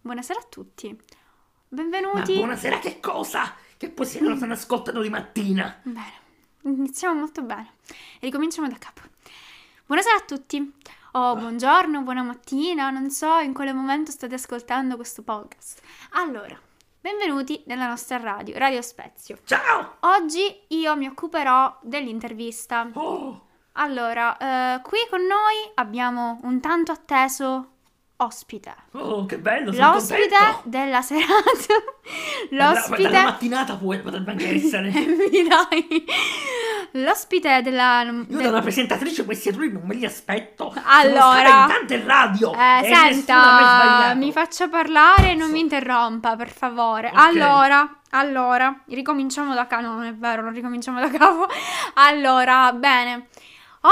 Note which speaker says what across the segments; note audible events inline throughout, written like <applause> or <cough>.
Speaker 1: Buonasera a tutti. Benvenuti.
Speaker 2: Ma buonasera che cosa? Che poi si non ascoltano di mattina.
Speaker 1: Bene, iniziamo molto bene. Ricominciamo da capo. Buonasera a tutti. Oh, buongiorno, buona mattina, non so in quale momento state ascoltando questo podcast. Allora, benvenuti nella nostra radio, Radio Spezio.
Speaker 2: Ciao!
Speaker 1: Oggi io mi occuperò dell'intervista.
Speaker 2: Oh,
Speaker 1: Allora, eh, qui con noi abbiamo un tanto atteso ospite.
Speaker 2: oh, che bello, sono
Speaker 1: L'ospite
Speaker 2: contento.
Speaker 1: della serata. <laughs>
Speaker 2: Dalla, dalla
Speaker 1: L'ospite.
Speaker 2: mattinata poi potrebbe anche essere. Io
Speaker 1: Mi dai. L'ospite della.
Speaker 2: da una presentatrice questi errori non me li aspetto. Sono
Speaker 1: Allora.
Speaker 2: stata in tante radio.
Speaker 1: Eh,
Speaker 2: e nessuna mi ha
Speaker 1: senta,
Speaker 2: sbagliato.
Speaker 1: mi faccia parlare e non mi
Speaker 2: Sì.
Speaker 1: interrompa, per favore.
Speaker 2: Ok.
Speaker 1: Allora, allora, ricominciamo da capo. No, non è vero, non ricominciamo da capo. <laughs> Allora, bene.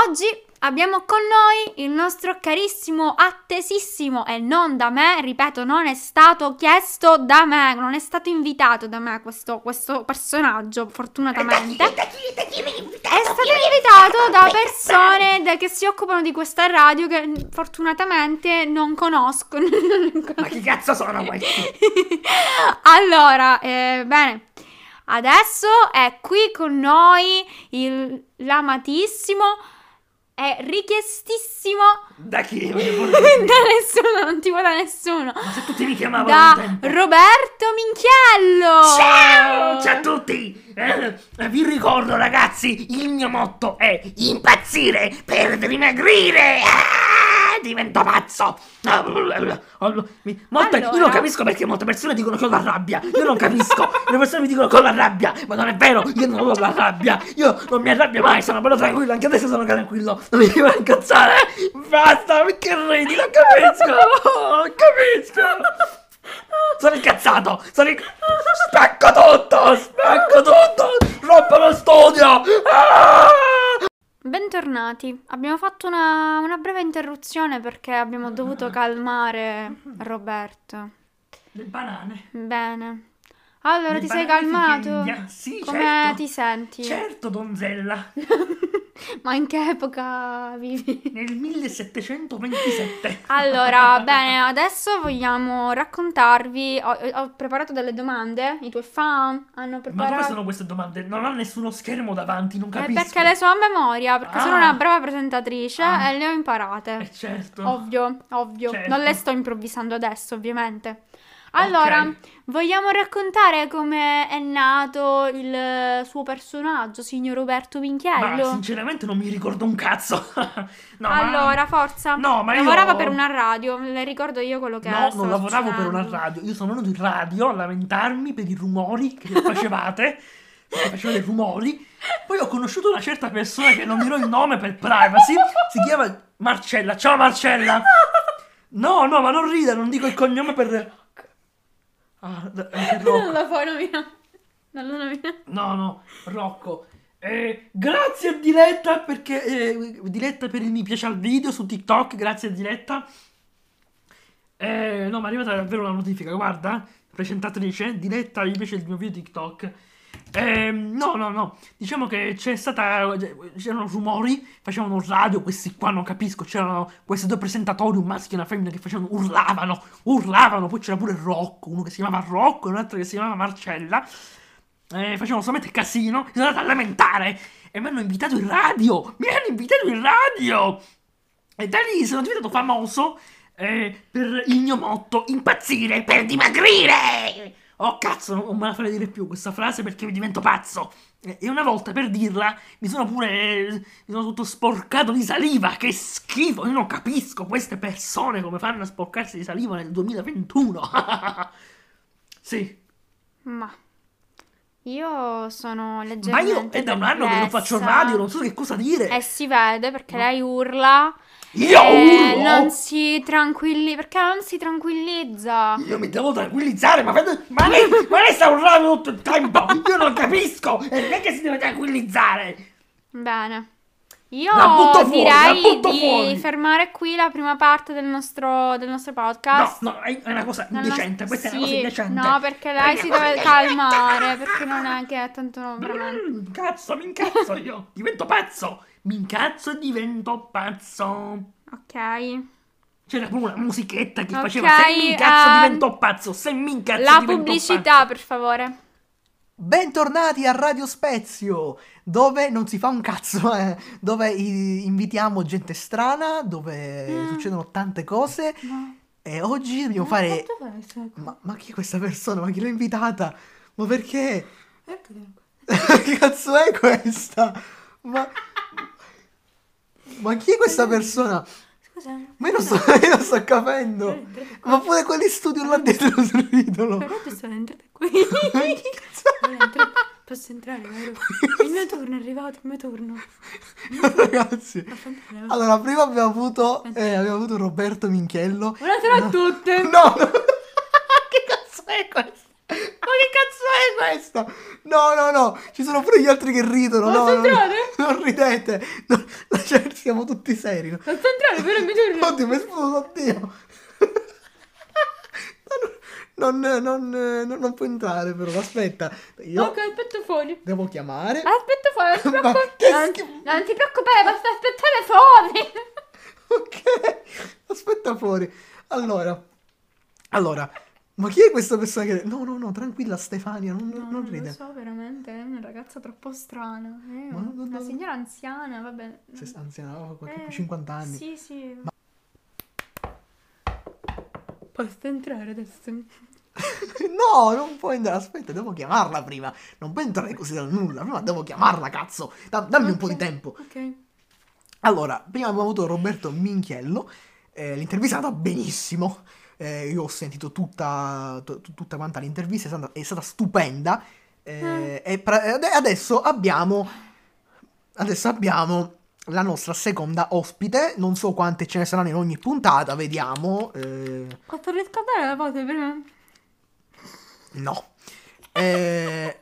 Speaker 1: Oggi abbiamo con noi il nostro carissimo, attesissimo e non da me, ripeto, non è stato chiesto da me, non è stato invitato da me questo, questo personaggio,
Speaker 2: E da Eh, chi,
Speaker 1: fortunatamente.
Speaker 2: e da chi, e da chi mi hai invitato?
Speaker 1: È
Speaker 2: Ecco, Chi mi hai
Speaker 1: stato invitato da
Speaker 2: Come
Speaker 1: persone de- che si occupano di questa radio che mm, fortunatamente non conosco. <laughs>
Speaker 2: Ma chi cazzo sono questi?
Speaker 1: allora, eh, bene. Adesso è qui con noi il l'amatissimo e richiestissimo <laughs>
Speaker 2: Da chi?
Speaker 1: da
Speaker 2: Voglio dire.
Speaker 1: nessuno, non ti vuole da nessuno.
Speaker 2: Ma se tutti mi chiamavano
Speaker 1: Da
Speaker 2: un tempo.
Speaker 1: Roberto Minchiello.
Speaker 2: Ciao! Ciao a tutti! Eh, vi ricordo ragazzi, il mio motto è impazzire per dimagrire! Ah, divento pazzo! Ah, mi- Molte, Io
Speaker 1: Allora.
Speaker 2: non capisco perché molte persone dicono che ho la rabbia. Io non capisco. Le persone mi dicono che ho la rabbia, ma non è vero, io non ho la rabbia. Io non mi arrabbio mai, sono bello tranquillo, anche adesso sono tranquillo. Non mi devo incazzare. Basta, perché ridi? Non capisco! Non capisco! Sono incazzato! Sono in... Spacco tutto! Spacco tutto! Rompo lo studio! Ah!
Speaker 1: Bentornati, abbiamo fatto una, una breve interruzione perché abbiamo
Speaker 2: Mm.
Speaker 1: dovuto calmare
Speaker 2: Mm-hmm.
Speaker 1: Roberto.
Speaker 2: Le banane.
Speaker 1: Bene. Allora,
Speaker 2: Le
Speaker 1: ti sei
Speaker 2: banane di
Speaker 1: calmato?
Speaker 2: Vigna. Sì,
Speaker 1: Come
Speaker 2: certo.
Speaker 1: ti senti?
Speaker 2: Certo, donzella.
Speaker 1: <laughs> Ma in che epoca vivi?
Speaker 2: Nel 1727. <laughs>
Speaker 1: Allora, bene, adesso vogliamo raccontarvi. Ho, ho preparato delle domande. I tuoi fan hanno
Speaker 2: Ma
Speaker 1: preparato.
Speaker 2: come sono queste domande? Non ha nessuno schermo davanti, non
Speaker 1: Eh,
Speaker 2: capisco.
Speaker 1: perché le so a memoria, perché sono
Speaker 2: Ah.
Speaker 1: una brava presentatrice
Speaker 2: Ah.
Speaker 1: e le ho imparate.
Speaker 2: Eh, certo.
Speaker 1: Ovvio, ovvio.
Speaker 2: Certo.
Speaker 1: Non le sto improvvisando adesso, ovviamente. Allora, vogliamo raccontare come è nato il suo personaggio, signor Roberto
Speaker 2: Ma
Speaker 1: Minchiello?
Speaker 2: sinceramente non mi ricordo un cazzo. <laughs> no, ma-
Speaker 1: allora, forza.
Speaker 2: No, ma io-
Speaker 1: Lavorava per una radio, le ricordo io quello che
Speaker 2: No,
Speaker 1: stava
Speaker 2: non lavoravo per una
Speaker 1: succedendo.
Speaker 2: radio. Io sono venuto in radio a lamentarmi per i rumori che facevate.
Speaker 1: <laughs>
Speaker 2: che facevate i rumori. Poi ho conosciuto una certa persona che non dirò il nome per privacy. Si chiama Marcella. Ciao Marcella! No, no, ma non rida, non dico il cognome per. Ah, d-
Speaker 1: <laughs>
Speaker 2: eh,
Speaker 1: Non
Speaker 2: Rocco.
Speaker 1: lo puoi nominare. Non lo nominare.
Speaker 2: No, no, Rocco. Eh, grazie a Diletta perché eh, Diletta per il mi piace al video su TikTok, grazie a Diletta. Eh, no, mi è arrivata davvero una notifica, guarda, presentatrice, Diletta mi piace il mio video TikTok. Ehm, no, no, no, diciamo che c'è stata, c'erano rumori, facevano radio, questi qua non capisco, c'erano questi due presentatori, un maschio e una femmina che facevano, urlavano, urlavano, poi c'era pure Rocco, uno che si chiamava Rocco e un altro che si chiamava Marcella. Eh, facevano solamente casino, sono andato a lamentare e mi hanno invitato in radio, mi hanno invitato in radio! E da lì sono diventato famoso eh, per il mio motto, impazzire per dimagrire! Oh cazzo, non non me la farei dire più questa frase perché mi divento pazzo. E e una volta per dirla mi sono pure. eh, mi sono tutto sporcato di saliva. Che schifo! Io non capisco queste persone come fanno a sporcarsi di saliva nel 2021. <laughs> sì.
Speaker 1: Ma io sono
Speaker 2: Ma
Speaker 1: leggermente
Speaker 2: io è da un anno che non faccio
Speaker 1: perplessa.
Speaker 2: radio, non so che cosa dire.
Speaker 1: E Eh, si vede perché lei urla.
Speaker 2: Io
Speaker 1: Eh,
Speaker 2: urlo!
Speaker 1: non si tranquilli perché non si tranquillizza.
Speaker 2: Io mi devo tranquillizzare, ma, vede- ma, lei, ma lei sta urlando tutto il tempo! Io non capisco! E lei che si deve tranquillizzare!
Speaker 1: Bene. Io
Speaker 2: La butto fuori, la
Speaker 1: direi
Speaker 2: butto
Speaker 1: di
Speaker 2: fuori.
Speaker 1: fermare qui la prima parte del nostro, del nostro
Speaker 2: No,
Speaker 1: podcast.
Speaker 2: no, è è una cosa
Speaker 1: Del
Speaker 2: indecente,
Speaker 1: nos-
Speaker 2: questa è
Speaker 1: sì,
Speaker 2: una cosa indecente.
Speaker 1: No, perché
Speaker 2: È
Speaker 1: lei
Speaker 2: una
Speaker 1: si
Speaker 2: cosa
Speaker 1: deve
Speaker 2: indecente.
Speaker 1: calmare, perché non è che è tanto
Speaker 2: <laughs>
Speaker 1: no, veramente.
Speaker 2: Mm, Cazzo, mi incazzo io! Divento pazzo! Mi incazzo e divento pazzo!
Speaker 1: Ok.
Speaker 3: C'era proprio una musichetta che
Speaker 1: Ok,
Speaker 3: faceva se mi incazzo
Speaker 1: ehm,
Speaker 3: diventò pazzo, se mi incazzo
Speaker 1: La
Speaker 3: diventò
Speaker 1: pubblicità, per favore.
Speaker 2: Bentornati a Radio Spezio, dove non si fa un cazzo, <laughs> eh, dove i- invitiamo gente strana, dove
Speaker 1: Mm.
Speaker 2: succedono tante cose
Speaker 1: No.
Speaker 2: e oggi dobbiamo fare... Ma, ma chi è questa persona? Ma chi l'ha invitata? Ma perché? <laughs>
Speaker 1: Ecco,
Speaker 2: che cazzo è questa? Ma... ma chi è questa persona?
Speaker 1: Scusa. eh.
Speaker 2: Ma io non sto, <laughs> io non sto capendo. Ma pure quelli studio là dietro <laughs> sul
Speaker 1: <laughs>
Speaker 2: ridolo.
Speaker 1: Però tu sono entrata
Speaker 2: <laughs>
Speaker 1: qui. Posso entrare,
Speaker 2: <laughs>
Speaker 1: vero? Il mio turno è arrivato, il mio turno.
Speaker 2: Ragazzi, allora prima abbiamo avuto, eh, abbiamo avuto Roberto
Speaker 1: <laughs>
Speaker 2: Minchello.
Speaker 1: Buonasera a tutte.
Speaker 2: No, no. <laughs> che cazzo è questo? Ma che cazzo è questo? No, no, no, ci sono pure gli altri che ridono.
Speaker 1: Ma
Speaker 2: No, no, no.
Speaker 1: centrale?
Speaker 2: non ridete. No, cioè, siamo tutti seri. no?
Speaker 1: Non sto entrando, però il mio turno.
Speaker 2: <laughs> Oddio, mi esploso, oddio. Non, non, non, non- non può entrare però, aspetta. Io
Speaker 1: Ok, Eh? aspetto fuori.
Speaker 2: <laughs> devo chiamare.
Speaker 1: Aspetta fuori, non ti
Speaker 2: Ma
Speaker 1: preoccupare.
Speaker 2: che
Speaker 1: non,
Speaker 2: schifo.
Speaker 1: non ti preoccupare, basta aspettare fuori.
Speaker 2: Ok, aspetta fuori. Allora, allora, ma chi è questa persona che... No, no, no, tranquilla Stefania, <laughs> non, non ride.
Speaker 1: lo so, veramente, è una ragazza troppo strana. eh,
Speaker 2: Ma non-
Speaker 1: una
Speaker 2: non-
Speaker 1: signora anziana, vabbè.
Speaker 2: Se sta anziana, aveva qualche
Speaker 1: Eh,
Speaker 2: 50 anni.
Speaker 1: Sì, sì. Posso entrare adesso?
Speaker 2: <laughs> No, non puoi andare, aspetta, devo chiamarla prima. Non puoi entrare così dal nulla, prima devo chiamarla, cazzo. Da- dammi un po' di
Speaker 1: Ok.
Speaker 2: tempo.
Speaker 1: Ok.
Speaker 2: Allora, prima abbiamo avuto Roberto Minchiello, eh, l'intervistata benissimo. Eh, io ho sentito tutta, tu- tu- tutta quanta l'intervista, è stata, è stata stupenda. Eh, e pra- ade- adesso abbiamo. Adesso abbiamo la nostra seconda ospite. Non so quante ce ne saranno in ogni puntata, vediamo. Eh,
Speaker 1: Posso riscaldare la voce prima?
Speaker 2: no. Eh,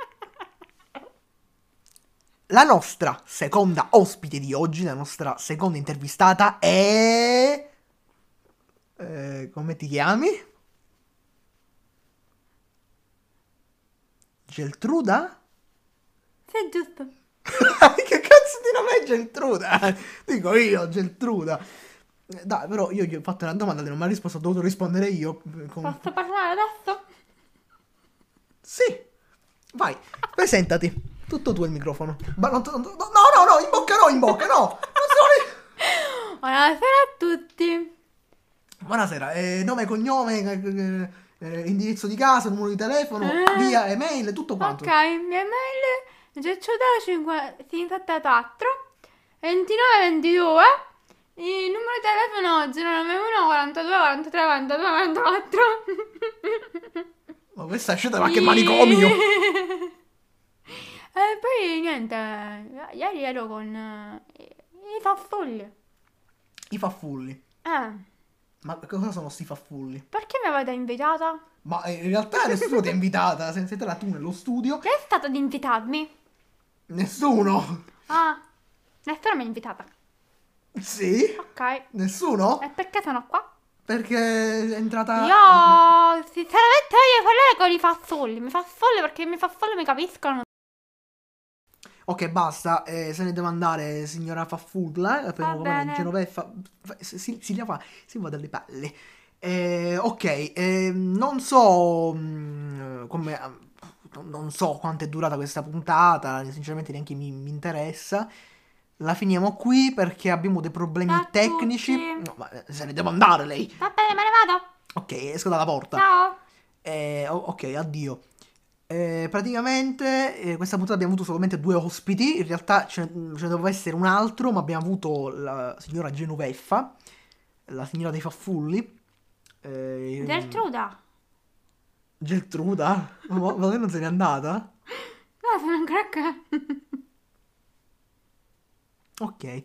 Speaker 2: la nostra seconda ospite di oggi, la nostra seconda intervistata è... eh, come ti chiami? Geltruda? <laughs>
Speaker 1: Sì, è giusto.
Speaker 2: Mm. che cazzo di nome è Geltruda? Dico io, Geltruda. Eh, Dai, però io gli ho fatto una domanda, lei non mi ha risposto, ho dovuto rispondere io. eh, Con...
Speaker 1: Posso parlare adesso? <gasps>
Speaker 2: Sì, vai, presentati. Tutto tu il microfono. Ma non- non- no, no, no, in bocca no, in bocca no. Non sono...
Speaker 1: Buonasera a tutti.
Speaker 2: Buonasera, eh, nome, cognome, eh, eh, indirizzo di casa, numero di telefono,
Speaker 1: Ah.
Speaker 2: via, email, tutto quanto.
Speaker 1: Ok, mia mail è Gecciuta 54 2922 il numero di telefono 091 42 43 42 44
Speaker 2: Ma questa è scelta, Eh, ma che manicomio.
Speaker 1: <laughs> E poi niente, ieri ero con eh, i faffulli.
Speaker 2: I faffulli.
Speaker 1: Eh,
Speaker 2: Ma cosa sono sti faffulli?
Speaker 1: perché mi avete invitata?
Speaker 2: Ma eh, in realtà nessuno ti ha invitata, sei entrata tu nello studio.
Speaker 1: Chi è stato ad invitarmi?
Speaker 2: Nessuno.
Speaker 1: Ah, nessuno mi ha invitata.
Speaker 2: Sì?
Speaker 1: Ok,
Speaker 2: Nessuno?
Speaker 1: e perché sono qua?
Speaker 2: Perché è entrata...
Speaker 1: Io sinceramente voglio parlare con i fazzolli, mi fa folle perché mi fa folle mi capiscono.
Speaker 2: Ok, basta, eh, se ne devo andare, signora Faffulla, eh, per
Speaker 1: Va bene.
Speaker 2: Genoveffa, fa- si, si, si le fa, si va dalle palle. Eh, ok, ehm, non so mm, come, ah, non- non so quanto è durata questa puntata, sinceramente neanche mi, mi interessa. La finiamo qui perché abbiamo dei problemi
Speaker 1: Ciao a
Speaker 2: tecnici.
Speaker 1: tutti.
Speaker 2: No, ma eh, se ne devo andare lei.
Speaker 1: Va bene, me ne vado.
Speaker 2: Ok, esco dalla porta.
Speaker 1: Ciao.
Speaker 2: Eh, o- ok, addio. Eh, praticamente eh, questa puntata abbiamo avuto solamente due ospiti, in realtà ce ne, ce ne doveva essere un altro, ma abbiamo avuto la signora Genoveffa, la signora dei faffulli. eh,
Speaker 1: Gertruda.
Speaker 2: Geltruda? Ma, ma lei non se n'è andata?
Speaker 1: No, sono ancora qua.
Speaker 2: Ok,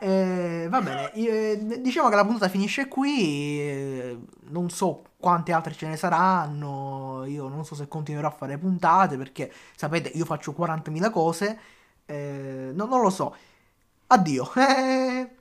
Speaker 2: Eh, va bene, io- eh, diciamo che la puntata finisce qui, eh, non so quante altre ce ne saranno, io non so se continuerò a fare puntate perché sapete io faccio 40.000 cose, eh, no- non lo so, addio. <laughs> Eh,